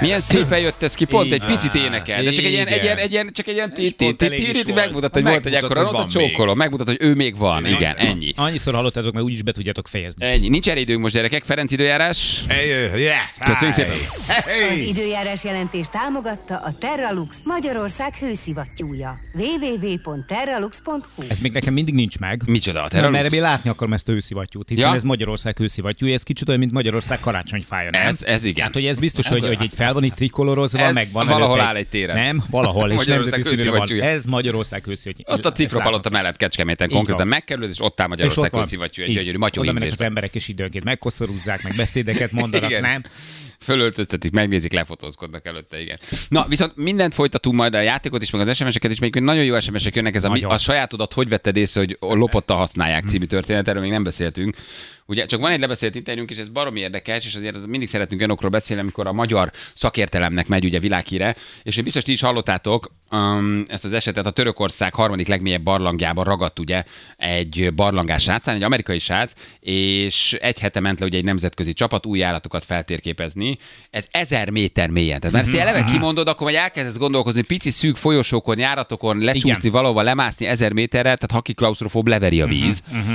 Milyen szépen jött ez ki, pont egy Így. picit énekel, de csak egy ilyen, egy ilyen, egy ilyen, csak egy ilyen És pont elég is tirit volt. megmutat, hogy volt egy Megmutat, ekkora hogy nota, van még. csókolom, megmutat, hogy ő még van, igen, ennyi. Annyiszor hallottátok, mert úgyis be tudjátok fejezni. Ennyi. Nincs erédőnk most, gyerekek, Ferenc időjárás. Köszönjük szépen. Az időjárás jelentés támogatta a Terralux Magyarország hőszivattyúja. www.terralux.hu Ez még nekem mindig nincs meg. Micsoda a Na, terrorus? mert ebből látni akarom ezt a őszivattyút, hiszen Ja. ja. ez Magyarország őszivattyúja, ez kicsit olyan, mint Magyarország karácsonyfája, nem? Ez- ez igen. Hát, hogy ez biztos, Ez hogy, olyan. hogy egy fel van itt trikolorozva, Ez meg van valahol előtte áll egy téren. Nem, valahol, és Magyarország nemzeti színűre van. őszivattyúja. Ez Magyarország őszivattyúja. Ott a cifropalota mellett Kecskeméten konkrétan van. megkerülöd, és ott áll És ott Magyarország van. kőszivattyú, egy Így. gyönyörű matyó Oda mennek az hímzésben. emberek, és időnként megkoszorúzzák, meg beszédeket mondanak, Igen. nem? Fölöltöztetik, megnézik, lefotózkodnak előtte, igen. Na, viszont mindent folytatunk majd a játékot is, meg az SMS-eket is, még nagyon jó SMS-ek jönnek, ez a, mi, Nagyon. a sajátodat hogy vetted észre, hogy lopotta használják című történet, erről még nem beszéltünk. Ugye, csak van egy lebeszélt interjúnk, és ez baromi érdekes, és azért mindig szeretünk olyanokról beszélni, amikor a magyar szakértelemnek megy ugye világhíre, és én biztos ti is hallottátok um, ezt az esetet, a Törökország harmadik legmélyebb barlangjában ragadt ugye egy barlangás srácán, egy amerikai srác, és egy hete ment le ugye egy nemzetközi csapat új állatokat feltérképezni. Ez ezer méter mélyen. Tehát mert ezt eleve kimondod, akkor majd elkezdesz gondolkozni, pici szűk folyosókon, járatokon, lecsúszni valahova, lemászni ezer méterre, tehát haki klaustrofób leveri a víz. Mhm,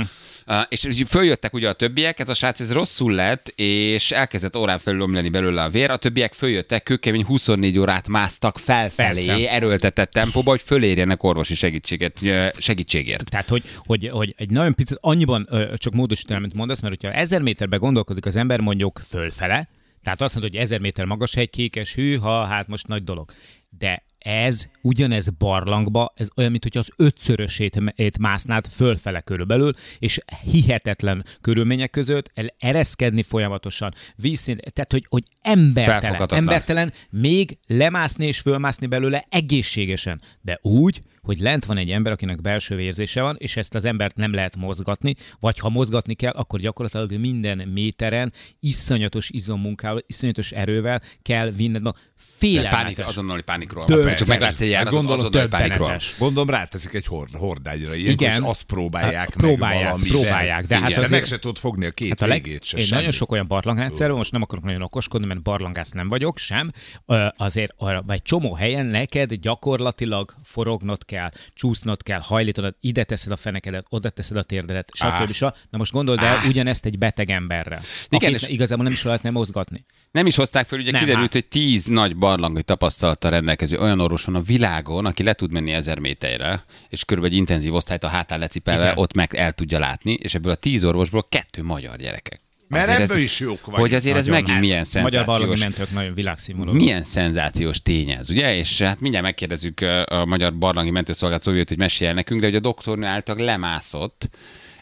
Uh, és így följöttek ugye a többiek, ez a srác ez rosszul lett, és elkezdett órán felül omlani belőle a vér, a többiek följöttek, kőkemény 24 órát másztak felfelé, Persze. erőltetett tempóba, hogy fölérjenek orvosi segítséget, ö, segítségért. Tehát, hogy, hogy, hogy egy nagyon picit annyiban ö, csak módosítanám, amit mondasz, mert hogyha ezer méterbe gondolkodik az ember mondjuk fölfele, tehát azt mondod, hogy ezer méter magas egy kékes hű, ha hát most nagy dolog. De ez ugyanez barlangba, ez olyan, mint hogy az ötszörösét m- ét másznád fölfele körülbelül, és hihetetlen körülmények között el ereszkedni folyamatosan, vízszín, tehát hogy, hogy embertelen, Felfoghatatlan. ember, hirtelen még lemászni és fölmászni belőle egészségesen, de úgy, hogy lent van egy ember, akinek belső vérzése van, és ezt az embert nem lehet mozgatni, vagy ha mozgatni kell, akkor gyakorlatilag minden méteren iszonyatos izommunkával, iszonyatos erővel kell vinned magad. De Pánik, Félelmetes. azonnali pánikról. Döbbenetes. Csak meglátsz egy járatot, Hát Gondolom, azonnali döbbenetes. pánikról. Gondolom ráteszik egy hord, hordágyra, ilyenkor, és Igen. azt próbálják Hát, meg próbálják, valamivel. próbálják, de hát Igen, de azért- meg se tudod fogni a két Hát hát a leg... végét se Én semmi. nagyon sok olyan barlangrendszerről, most nem akarok nagyon okoskodni, mert barlangász nem vagyok sem, ö, azért arra, vagy csomó helyen neked gyakorlatilag forognod kell, csúsznod kell, hajlítanod, ide teszed a fenekedet, oda teszed a térdedet, stb. stb. Na most gondold el ugyanezt egy beteg emberre, Igen, Igen, és- akit igazából nem is lehetne mozgatni. Nem is hozták föl, ugye Nem, hát. kiderült, hogy tíz nagy barlangi tapasztalattal rendelkező olyan orvoson a világon, aki le tud menni ezer méterre, és körülbelül egy intenzív osztályt a hátán lecipelve, Igen. ott meg el tudja látni, és ebből a tíz orvosból kettő magyar gyerekek. Mert ez, ebből is jók vagyunk. Hogy azért ez Nagyon. megint milyen Magyar barlangi szenzációs. mentők nagyon világszínvonalú. Milyen szenzációs tény ez, ugye? És hát mindjárt megkérdezzük ö, a Magyar Barlangi Mentőszolgálat szóvét, hogy meséljen nekünk, de hogy a doktornő által lemászott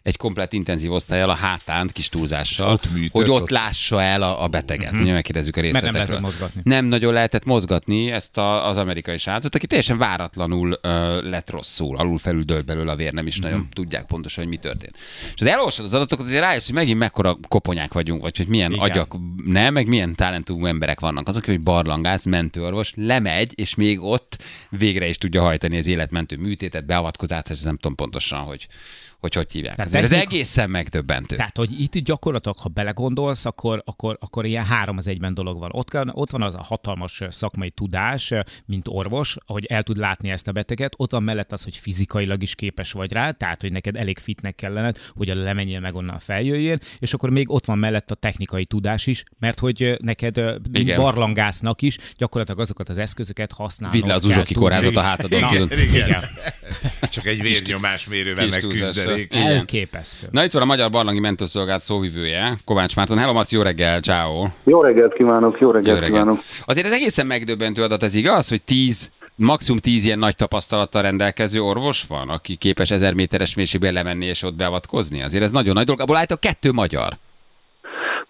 egy komplet intenzív osztályjal a hátán, kis túlzással, Ott műtött, hogy ott, ott- Mhm. lássa el a, a beteget. Mm-hmm. megkérdezzük a részletekről. lehetett mozgatni. Nem nagyon lehetett mozgatni ezt a, az amerikai srácot, aki teljesen váratlanul ö, lett rosszul, alul felül dölt belőle a vér, nem Mhm. is nagyon tudják pontosan, hogy mi történt. És az elolvasod az adatokat, azért rájössz, hogy megint mekkora koponyák vagyunk, vagy hogy milyen Igen. agyak csak nem, meg milyen talentumú emberek vannak. Azok, hogy barlangász, mentőorvos, lemegy, és még ott végre is tudja hajtani az életmentő műtétet, beavatkozást, és nem tudom pontosan, hogy hogy, hogy hívják. Tehát Azért Ez technik- egészen megdöbbentő. Tehát, hogy itt gyakorlatilag, ha belegondolsz, akkor, akkor, akkor ilyen három az egyben dolog van. Ott, kell, ott van az a hatalmas ö, szakmai tudás, ö, mint orvos, hogy el tud látni ezt a beteget, ott van mellett az, hogy fizikailag is képes vagy rá, tehát, hogy neked elég fitnek kellene, hogy a lemenjél meg onnan feljöjjél, és akkor még ott van mellett a technikai tudás is, mert hogy ö, neked ö, mint Igen. barlangásznak is gyakorlatilag azokat az eszközöket használni. Vidd le az uzsoki kórházat a hátadon. Igen, tudod. igen. Csak egy vérnyomásmérővel kis megküzdenék. túlzással. Igen. Elképesztő. Na itt van a Magyar Barlangi Mentőszolgált szóvivője, Kovács Márton. Hello Marci, jó reggel, ciao. Jó reggelt kívánok, jó reggelt, Jó jó reggelt. kívánok. reggel. Azért ez egészen megdöbbentő adat, ez igaz, hogy 10, maximum 10 ilyen nagy tapasztalattal rendelkező orvos van, aki képes 1000 méteres mélységbe lemenni és ott beavatkozni. Azért ez nagyon nagy dolog. Abból állítok kettő magyar.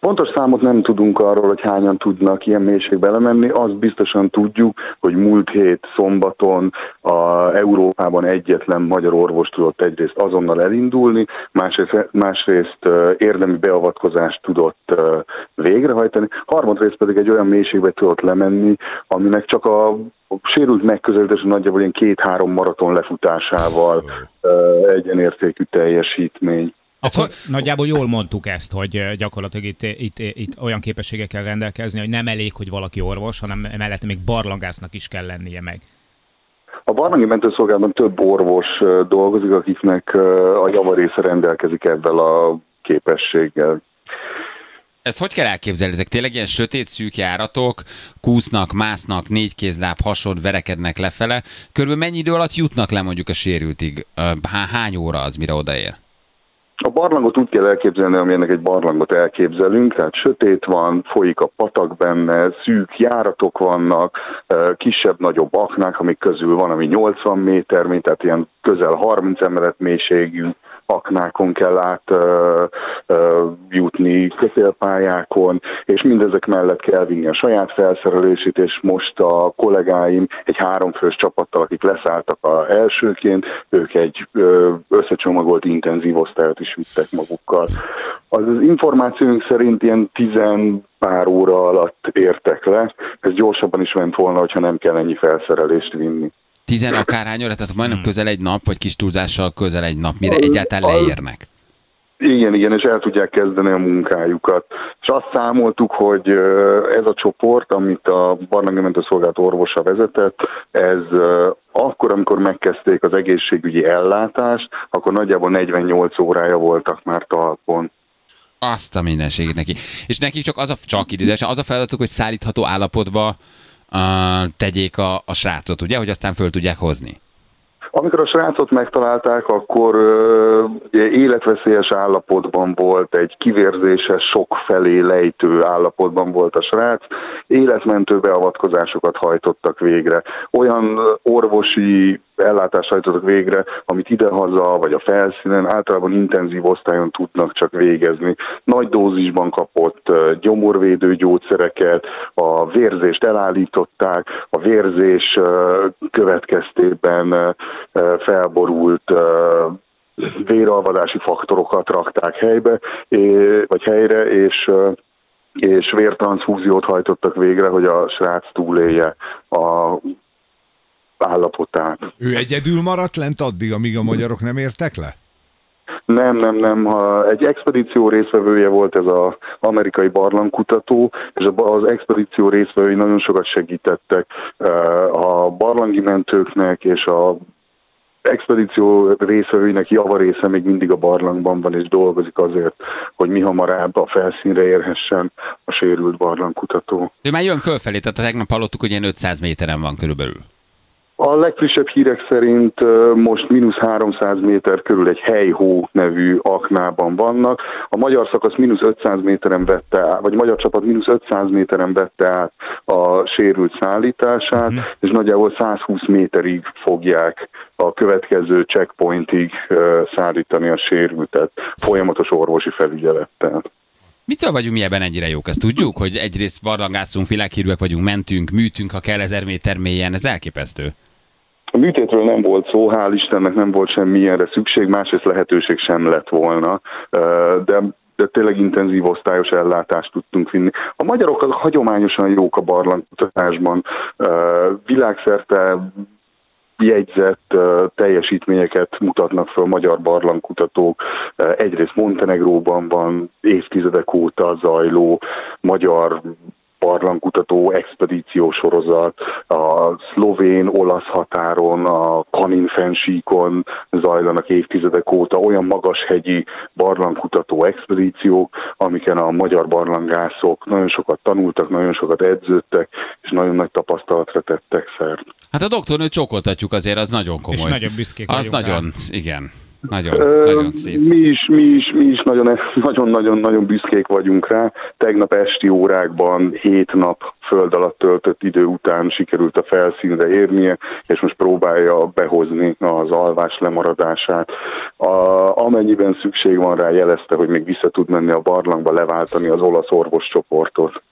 Pontos számot nem tudunk arról, hogy hányan tudnak ilyen mélységbe lemenni, azt biztosan tudjuk, hogy múlt hét szombaton a Európában egyetlen magyar orvos tudott egyrészt azonnal elindulni, másrészt, másrészt ö, érdemi beavatkozást tudott ö, végrehajtani, harmadrészt pedig egy olyan mélységbe tudott lemenni, aminek csak a a sérült megközelítés nagyjából ilyen két-három maraton lefutásával ö, egyenértékű teljesítmény. Ez Akkor hogy- nagyjából jól mondtuk ezt, hogy ö, gyakorlatilag itt, itt, itt olyan képességekkel rendelkezni, hogy nem elég, hogy valaki orvos, hanem mellett még barlangásznak is kell lennie meg. A barlangi mentőszolgálatban több orvos ö, dolgozik, akiknek ö, a javarésze rendelkezik ezzel a képességgel. Ezt hogy kell elképzelni? Ezek tényleg ilyen sötét szűk járatok, kúsznak, másznak, négy kézláb, hasod, verekednek lefele. Körülbelül mennyi idő alatt jutnak le mondjuk a sérültig? Ö, há- Hány óra az, mire odaér? A barlangot úgy kell elképzelni, amilyennek egy barlangot elképzelünk, tehát sötét van, folyik a patak benne, szűk járatok vannak, ö, kisebb-nagyobb aknák, amik közül van, ami 80 méter, mint tehát ilyen közel 30 emelet mélységű aknákon kell át ö, ö, jutni, kötélpályákon, és mindezek mellett kell vinni a saját felszerelését, és most a kollégáim egy háromfős csapattal, akik leszálltak a elsőként, ők egy ö, összecsomagolt intenzív osztályot is vittek magukkal. Az, az információink szerint ilyen tizen pár óra alatt értek le, ez gyorsabban is ment volna, hogyha nem kell ennyi felszerelést vinni. Tizen akárhány óra, tehát majdnem közel egy nap, vagy kis túlzással közel egy nap, mire egyáltalán leérnek. Igen, igen, és el tudják kezdeni a munkájukat. És azt számoltuk, hogy ö, ez a csoport, amit a barlangi mentőszolgálat orvosa vezetett, ez ö, akkor, amikor megkezdték az egészségügyi ellátást, akkor nagyjából 48 órája voltak már talpon. Azt a mindenségét neki. És nekik csak az a, csak idézésen, az a feladatuk, hogy szállítható állapotba uh, tegyék a, a srácot, ugye, hogy aztán föl tudják hozni. Amikor a srácot megtalálták, akkor ö, ugye életveszélyes állapotban volt, egy kivérzéses, sok felé lejtő állapotban volt a srác, életmentő beavatkozásokat hajtottak végre. Olyan ö, orvosi ellátást hajtottak végre, amit idehaza vagy a felszínen általában intenzív osztályon tudnak csak végezni. Nagy dózisban kapott ö, gyomorvédő gyógyszereket, a vérzést elállították, a vérzés ö, következtében ö, ö, felborult ö, véralvadási faktorokat rakták helybe, é- vagy helyre, és ö, és vértranszfúziót hajtottak végre, hogy a srác túlélje a állapotát. Ő egyedül maradt lent addig, amíg a magyarok nem értek le? Nem, nem, nem. Ha Egy expedíció részvevője volt ez az amerikai barlangkutató, és a- az expedíció részvevői nagyon sokat segítettek eh, a barlangi mentőknek és a expedíció részvevőinek javarésze még mindig a barlangban van, és dolgozik azért, hogy mi hamarabb a felszínre érhessen a sérült barlangkutató. Ő már jön fölfelé, tehát tegnap hallottuk, hogy ilyen 500 méteren van körülbelül. A legfrissebb hírek szerint ö, most mínusz 300 méter körül egy helyhó nevű aknában vannak. A magyar szakasz mínusz 500 méteren vette át, vagy magyar csapat mínusz 500 méteren vette át a sérült szállítását, mm. és nagyjából 120 méterig fogják a következő checkpointig ö, szállítani a sérültet folyamatos orvosi felügyelettel. Mitől vagyunk mi ebben ennyire jók? Ezt tudjuk, hogy egyrészt barlangászunk, világhírűek vagyunk, mentünk, műtünk, ha kell, ezer méter mélyen, ez elképesztő. A műtétről nem volt szó, hál' Istennek nem volt semmilyenre szükség, másrészt lehetőség sem lett volna, Ö, de de tényleg intenzív osztályos ellátást tudtunk vinni. A magyarok azok hagyományosan jók a barlangkutatásban. Ö, Világszerte jegyzett ö, teljesítményeket mutatnak föl magyar barlangkutatók. Ö, Egyrészt Montenegróban van évtizedek óta zajló magyar barlangkutató expedíció sorozat, a szlovén-olasz határon, a Kanin-fensíkon zajlanak évtizedek óta olyan magashegyi barlangkutató expedíciók, amiken a magyar barlangászok nagyon sokat tanultak, nagyon sokat edződtek, és nagyon nagy tapasztalatra tettek szert. Hát a doktornőt csókoltatjuk azért, az nagyon komoly. És nagyon büszkék Az vagyunk rá. nagyon, igen. Nagyon, Ö, nagyon szép. Mi is, mi is, mi is nagyon, nagyon, nagyon, nagyon büszkék vagyunk rá. Tegnap esti órákban hét nap föld alatt töltött idő után sikerült a felszínre érnie, és most próbálja behozni az alvás lemaradását. A, amennyiben szükség van rá, jelezte, hogy még vissza tud menni a barlangba leváltani az olasz orvos csoportot.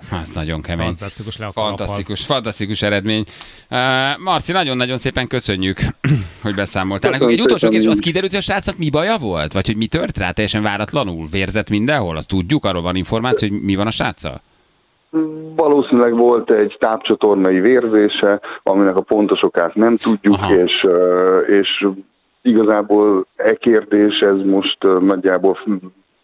Az Hát, nagyon kemény. Fantasztikus le a kalappal. Fantasztikus, fantasztikus eredmény. Uh, Marci, nagyon-nagyon szépen köszönjük, hogy beszámoltál. Köszönöm nekünk. Egy utolsó szépen. kérdés, az kiderült, hogy a srácnak mi baja volt? Vagy hogy mi tört rá teljesen váratlanul? Vérzett mindenhol? Azt tudjuk, arról van információ, hogy mi van a sráccal? Valószínűleg volt egy tápcsatornai vérzése, aminek a pontosokát nem tudjuk, Aha. és, ö, és igazából e kérdés, ez most ö, nagyjából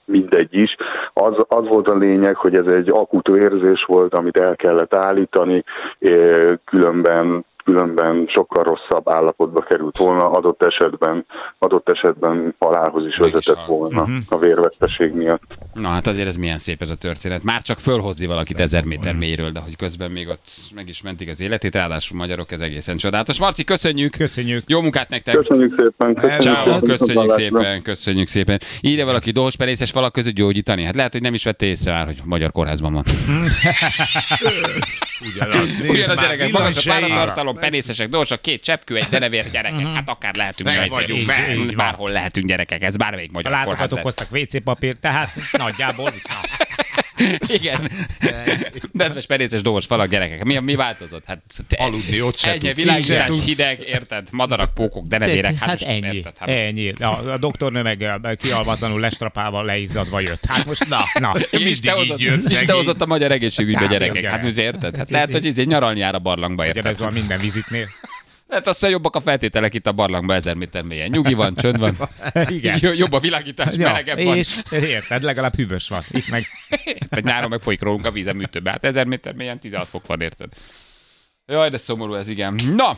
mindegy is. Az, az volt a lényeg, hogy ez egy akut érzés volt, amit el kellett állítani, ö, különben különben sokkal rosszabb állapotba került volna, adott esetben, adott esetben halálhoz is Mégis Mhm. vezetett hal. volna a vérveszteség miatt. Na hát azért ez milyen szép ez a történet. Már csak fölhozni valakit ezer méter mélyről, de hogy közben még ott meg is mentik az életét, ráadásul magyarok, ez egészen csodálatos. Marci, köszönjük! Köszönjük. Jó munkát nektek! Köszönjük szépen! Köszönjük Ciao, szépen, köszönjük viszontlátásra. szépen, köszönjük szépen. Írja valaki dohosperészes falak között gyógyítani? Hát lehet, hogy nem is vette észre már, hogy magyar kórházban van. Ugyanaz, nézd Ugyanaz már, gyerekek, magas a villanysejére. páratartalom, penészesek, dorsak, két cseppkő, egy denevér gyerekek. Hát akár lehetünk Mhm. Meg mi egyszer. vagyunk, Így, így meg. Így van. van. Bárhol lehetünk gyerekek, ez bármelyik A magyar kórház látogatók lehet. okoztak WC papírt, tehát nagyjából azt. Igen. Nedves penészes dohos falak gyerekek. Mi, mi változott? Hát te, Aludni ott se Ennyi, tudsz, így se világjárás, tudsz. hideg, érted? Madarak, pókok, denevérek. hát most ennyi, érted, hát most- ennyi. A, a doktornő meg eh, kialvatlanul lestrapával leizzadva jött. Hát most na, na. Igen, és te Mindig így hozott, jött, és te szegény. hozott a magyar egészségügybe Hát, gyerekek. igen. Hát ez érted? Hát lehet, hogy izé nyaralni jár a barlangba, érted? Ez van minden vizitnél. Hát azt mondja, jobbak a feltételek itt a barlangban ezer méter mélyen. Nyugi van, csönd van. Igen. Jo- Jobb a világítás, melegebb van. és érted, legalább hűvös van. Itt meg Vagy nyáron meg folyik rólunk a víz a műtőbe. Hát ezer méter mélyen 16 fok van, érted? Jaj, de szomorú ez, igen. Na,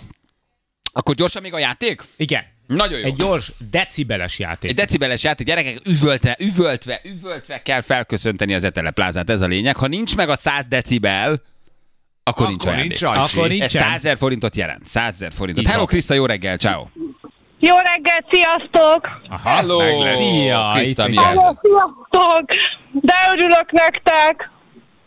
akkor gyorsan még a játék? Igen. Nagyon jó. Egy gyors, decibeles játék. Egy decibeles játék, gyerekek, üvölte, üvöltve, üvöltve kell felköszönteni az Etele plázát, ez a lényeg. Ha nincs meg a 100 decibel, akkor, Akkor nincs ajándék. nincs Akkor ajándék. nincs. Ez Nincsen. 100 ezer forintot jelent, 100 ezer forintot. Így Hello van. Krista, jó reggel, ciao. Jó reggel, sziasztok! Aha, Hello! meg lesz. Szia, Krista, itt- Hát, mi Hello, helyzet? sziasztok! De örülök nektek!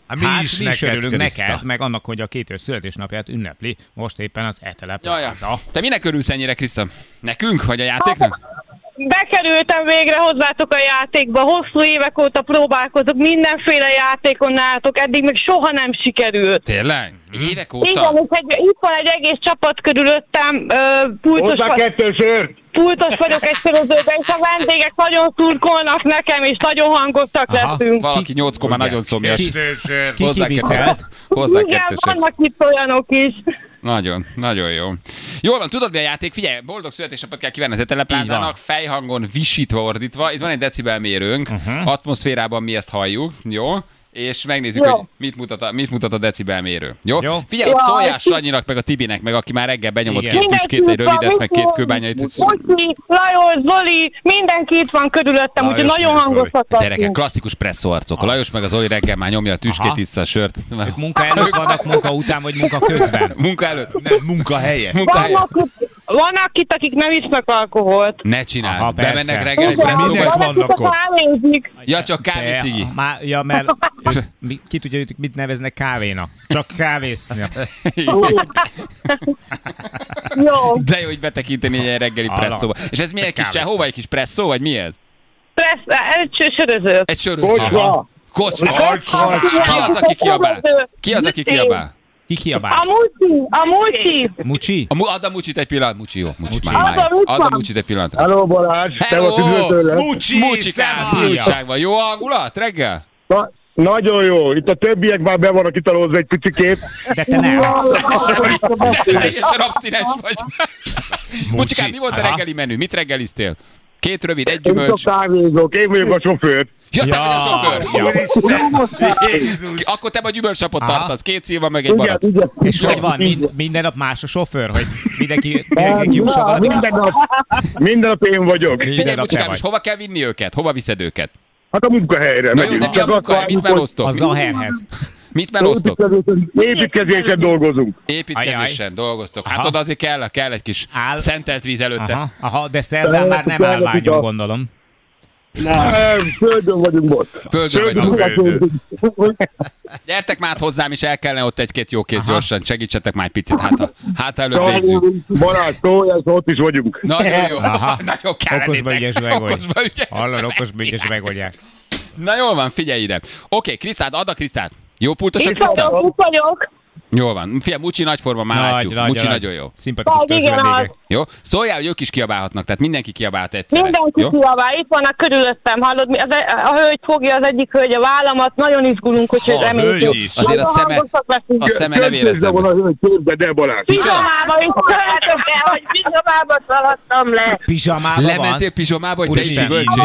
Hát mi Hát is mi is neked, örülünk Krista. neked, meg annak, hogy a két ős születésnapját ünnepli most éppen az Etele Jaja. Plaza. Te minek örülsz ennyire, Krista? Nekünk, vagy a játéknak? Bekerültem végre hozzátok a játékba, hosszú évek óta próbálkozok mindenféle játékon nálatok, eddig még soha nem sikerült. Tényleg? Évek Igen, óta? és egy, itt van egy egész csapat körülöttem, ö, pultos, Hozzá va- kettő sört! pultos vagyok egy körözőben, és a vendégek nagyon szurkolnak nekem, és nagyon hangosak Aha, leszünk. Valaki 8 koma nagyon szomjas. Kettősör. Ki Hozzá kibicelt? kettősöt. Hozzá Igen, kettősöt. vannak itt olyanok is. Nagyon, nagyon jó. Jól van, tudod mi a játék? Figyelj, boldog születésnapot kell kívánni az Így Eteleplázának, van. fejhangon visítva ordítva. Itt van egy decibelmérőnk, Mhm. uh-huh. atmoszférában mi ezt halljuk, jó? És megnézzük, Jó. hogy mit mutat, a, mit mutat a decibelmérő. Jó? Jó. Figyelj, ott Jaj. szóljál Sanyinak, meg a Tibinek, meg aki már reggel benyomott Igen. két tüskét, egy rövidet, meg két kőbányait. Bocsi, Lajos, Zoli, mindenki itt van körülöttem, Lajos úgyhogy nagyon meg Zoli. hangosak Gyerekek, leszünk. klasszikus presszó arcok. A Lajos meg az Oli reggel már nyomja a tüskét, Aha. vissza a sört. Ők munka előtt vannak, munka után, vagy munka közben. Munka előtt. Nem, munkahelye. Munkája. Vannak itt, vannak itt, akik nem isznak alkoholt. Ne csináld. Aha, persze. Bemennek reggel egy Ugye, Minek presszóba. vannak itt, vannak akik elnézik. Ja, csak kávé, De- cigi. Má, ja, mert ők, mi- ki tudja, hogy mit neveznek kávénak. Csak kávésznak. Jó, De jó, hogy betekinteni egy ilyen reggeli Ala. presszóba. És ez mi egy kis Kávé. csehóva, egy kis presszó, vagy mi ez? stressz, e, egy sö- söröző. Egy sörös. Kocsma! Kocsma. Ki az, aki kiabál? Ki az, aki kiabál? Ki kiabál? A multi, a multi. Mucsi? A mu- add a mucsit egy pillanat, mucsi, jó, mucsi, Mucsi. már, már. Add a mucsit. Add a mucsit egy pillanat. Hello Balázs, te Hello! vagy üdvözöllek! Mucsi, Mucsikám, szia! újságban. Jó hangulat reggel? Na, nagyon jó, itt a többiek már be vannak italózva egy picikét. De te nem. De teljesen abstinens vagy. Mucsikám, mi volt a Aha. reggeli menü? Mit reggeliztél? Két rövid, egy Én itt a gyümölcs. kávézók, én vagyok a sofőr. Ja, te vagy a sofőr. Úristen, Jézus. Akkor te vagy gyümölcsapot Aha. tartasz. Két szilva, meg egy barack. igen. És Jó. hogy van, mind, minden nap más a sofőr, hogy mindenki, mindenki jusson valami kis... Minden nap, minden nap én vagyok. Figyelj, Minden nap te Mucsikám, vagy. és hova kell vinni őket? Hova viszed őket? Hát a munkahelyre Na jó, megyünk. de mi a Csak azt munkahely? Mit várjuk, hogy melóztok? A Zaherhez. Mit melóztok? építkezésen- Építkezésen dolgozunk. Építkezésen dolgoztok. Hát Aha. oda azért kell, kell egy kis Áll. szentelt víz előtte. Aha, aha, de szerdán már nem Lehet, hogy állványon, a- gondolom. Nem, Földön vagyunk most. Földön Földön vagyunk. vagyunk. Gyertek már hozzám, és el kellene ott egy-két jó kéz gyorsan. Segítsetek már egy picit, hát ha, hát ha előbb végzünk. Balázs, Tójász, ott is vagyunk. Nagyon jó, nagyon kell Okosba ügyes meg vagy. Okosba ügyes. Hallod, okos bűnös megoldják. Na jól van, figyelj ide. Oké, Krisztát, add a Krisztát. Jó pultos a Itt vagyok, Krisztát? itt vagyok. Jól van. Fia, Mucsi nagyforma, már nagy, látjuk. Nagy, Mucsi nagy. nagyon jó. Szimpatikus Nagy, Szóval igen, törzsvendégek. Jó? Szóljál, hogy ők is kiabálhatnak, tehát mindenki kiabálhat egyszerre. Mindenki Jó? kiabál, itt vannak körülöttem, hallod, mi- az, e- a hölgy fogja az egyik hölgy a vállamat, nagyon izgulunk, hogy A hölgy reméljük. is. Azért a szeme, a a szeme nem érezze. van a hölgy, képbe, de Balázs. Pizsomába is szaladt le, hogy pizsomába szaladtam le. Pizsamában van. Lementél pizsomába, hogy te is Úristen. üvöltsé?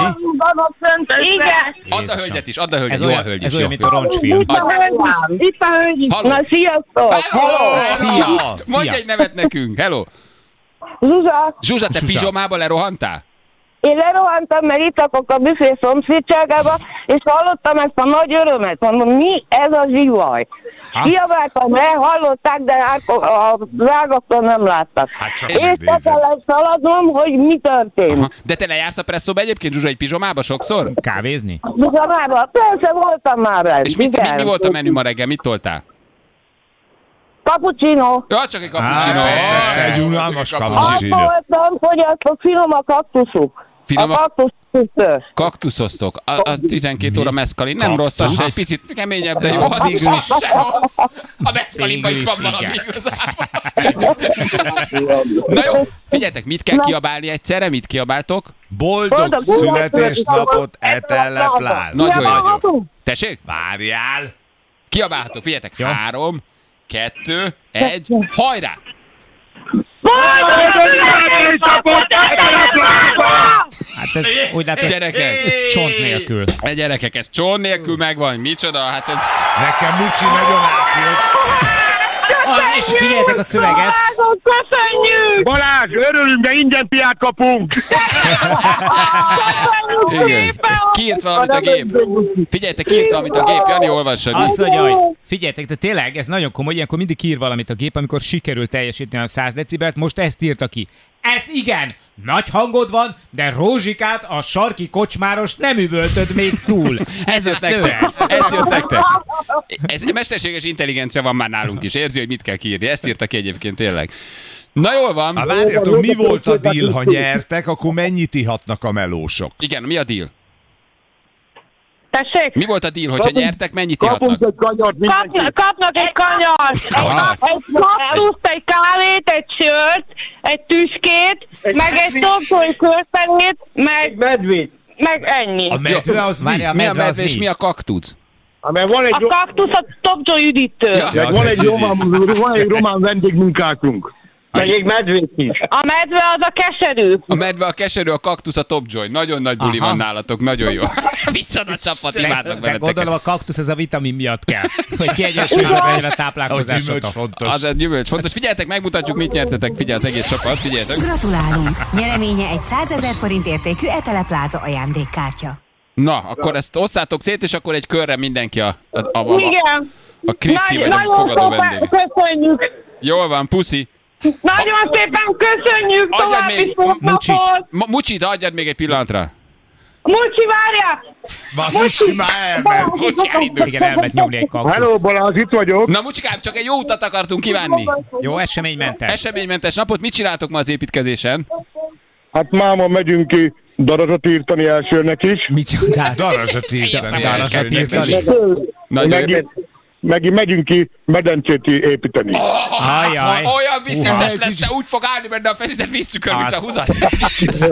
Igen, Add a Jézusom. hölgyet is, add a hölgyet. Ez Jó a olyan, hölgy ez is. olyan, jó. mint a roncsfilm. itt a hölgy is, itt a hölgy is. Halló. Na, sziasztok! Hello! Szia! Hello! Mondj Szia! egy nevet nekünk, hello! Zsuzsa, Zsuzsa, te Zsuzsa. pizsomába lerohantál? én lerohantam, mert itt lakok a büfé szomszédságába, és hallottam ezt a nagy örömet. Mondom, mi ez a zsivaj? Kiabáltam le, hallották, de árko- a rágaktól nem láttak. Hát csak És- nem És be nézed. kellett szaladnom, hogy mi történt. Aha. De te lejársz a presszóba egyébként, Zsuzsa, egy pizsomába sokszor? Kávézni? Zsuzsamába, persze voltam már bent. És mit, igen. mi, mi volt a menü ma reggel? Mit toltál? Cappuccino. Ja, csak egy cappuccino. Á, Persze, Ó, egy unalmas csak egy kapucsi. Azt Cappuccino. voltam, hogy azt a finom a kaktuszuk. Finom a a- kaktusztől. Kaktuszosztok. A, a 12 óra meszkalin. Nem rossz, az se egy picit keményebb, de jó. Végül Az is. is se rossz. A meszkalinban is Végül van is, valami igen. igazából. Na jó, figyeljetek, mit kell kiabálni egyszerre, mit kiabáltok? Boldog születésnapot, e etelepláz. Nagyon jó. jó. Tessék? Várjál! Kiabálhatok, figyeljetek. Három, kettő, egy, hajrá! Hát ez úgy látom, Gyerekek! ez csont nélkül. E gyerekek, ez csón nélkül megvan. Micsoda? Hát ez... Nekem Mucsi nagyon átjött. Ah, és figyeljetek a szöveget. Azon köszönjük! Balázs, örülünk, de ingyen piát kapunk. Köszönjük Igen. szépen! Kiírt valamit a gép. Figyeljetek, kiírt valamit a gép. Jani, olvassa, hogy Azt mit- mondja, hogy figyeljetek, de tényleg ez nagyon komoly, ilyenkor mindig ír valamit a gép, amikor sikerül teljesíteni a 100 decibelt, most ezt írta ki. Ez igen, nagy hangod van, de Rózsikát, a sarki kocsmáros nem üvöltöd még túl. Ez a jött nektek. szöveg. Ez jött nektek. Ez mesterséges intelligencia van már nálunk is. Érzi, hogy mit kell kiírni. Ezt írta ki egyébként tényleg. Na jól Ha van. várjatok, mi volt a deal, ha nyertek, akkor mennyit ihatnak a melósok? Igen, mi a deal? Tessék? Mi volt a deal, hogyha nyertek, mennyit Kapunk ihatnak? egy kanyart mindenki. Kapnak, kapnak egy kanyart, Kanyart. egy, egy kaktuszt, egy kávét, egy sört, egy tüskét, meg egy szoktói körpenét, meg, Medvét. meg ennyi. A medve az mi? Várjál, Mi a medve az medve és mi a kaktusz? Hát, Mert van egy, A kaktusz a topzsó üdítő. Ja. Ja, van egy, az üdít. román, van egy román vendégmunkásunk. Meg egy medvét is. A medve az a keserű. A medve, a keserű, a kaktusz, a top joy. Nagyon nagy buli Aha. van nálatok, nagyon jó. Micsoda csapat, imádnak De gondolom benneteket. a kaktusz ez a vitamin miatt kell, hogy kiegyensúlyozod legyen a Az táplálkozásotok. gyümölcs fontos. Az egy gyümölcs fontos. Figyeljetek, megmutatjuk, mit nyertetek. Figyelj, az egész csapat, figyeljetek. Gratulálunk! Nyereménye egy 100 ezer forint értékű Etelepláza ajándékkártya. Na, akkor ezt osszátok szét, és akkor egy körre mindenki a, a, a, a, a, Igen. a Kriszti vagy a nagyon fogadó szépen vendég. köszönjük. Jól van, puszi. Nagyon szépen köszönjük, Adjad további még, szép Mucsi. napot. Ma- Mucsit, adjad még egy pillanatra. Mucsi, várjál! Már Mucsi már elment. Mucsi elindult. Igen, elment nyomni egy kaktuszt. Hello, Balázs, itt vagyok. Na, Mucsikám, csak egy jó utat akartunk kívánni. Jó, eseménymentes. Eseménymentes napot, mit csináltok ma az építkezésen? Hát máma megyünk ki darazsat írtani elsőnek is. Mit csinál? Darazsat írtani. Darazsat elsőnek is. írtani. Nagyon jó. Megint, megint megyünk ki medencét építeni. Ajaj. Hát, Ha Olyan Uha. vízszintes Ez Hát. lesz, így- te úgy fog állni benne a feszített víztükör, mint a Az. húzat.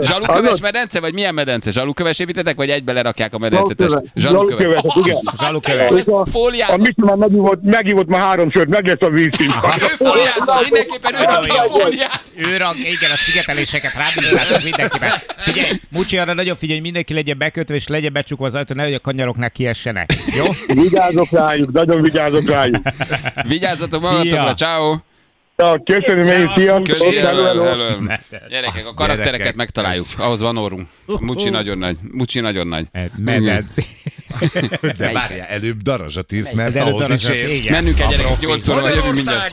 Zsaluköves medence, vagy milyen medence? Zsaluköves építetek, vagy egybe lerakják a medencetest? Zsaluköves. Zsaluköves, igen. Zsaluköves. A Fóliázat. Misi már megívott, megívott már háromszor, meg lesz a vízszint. Ő fóliázza, mindenképpen ő rakja a fóliát. Ő rak, igen, a szigeteléseket rábízzátok mindenkiben. Figyelj, Mucsi arra nagyon figyelj, hogy mindenki legyen bekötve és legyen becsukva az ajtó, nehogy a kanyaroknál kiessenek. Jó? Vigyázok rájuk, nagyon vigyázok rájuk. Vigyázzatok Szia. magatokra, ciao. Ja, köszönöm én, sziasztok. Köszi, Hello, hello, hello. hello. Gyerekek, a karaktereket gyerekek, megtaláljuk. Ahhoz van orrunk. Mucsi nagyon nagy. Mucsi nagyon nagy. Medenc. De várjál, előbb darazsat írt, mert De előtt ahhoz arra is csak- ért. igen. Mennünk el, gyerekek, 8 óra, jövünk mindjárt.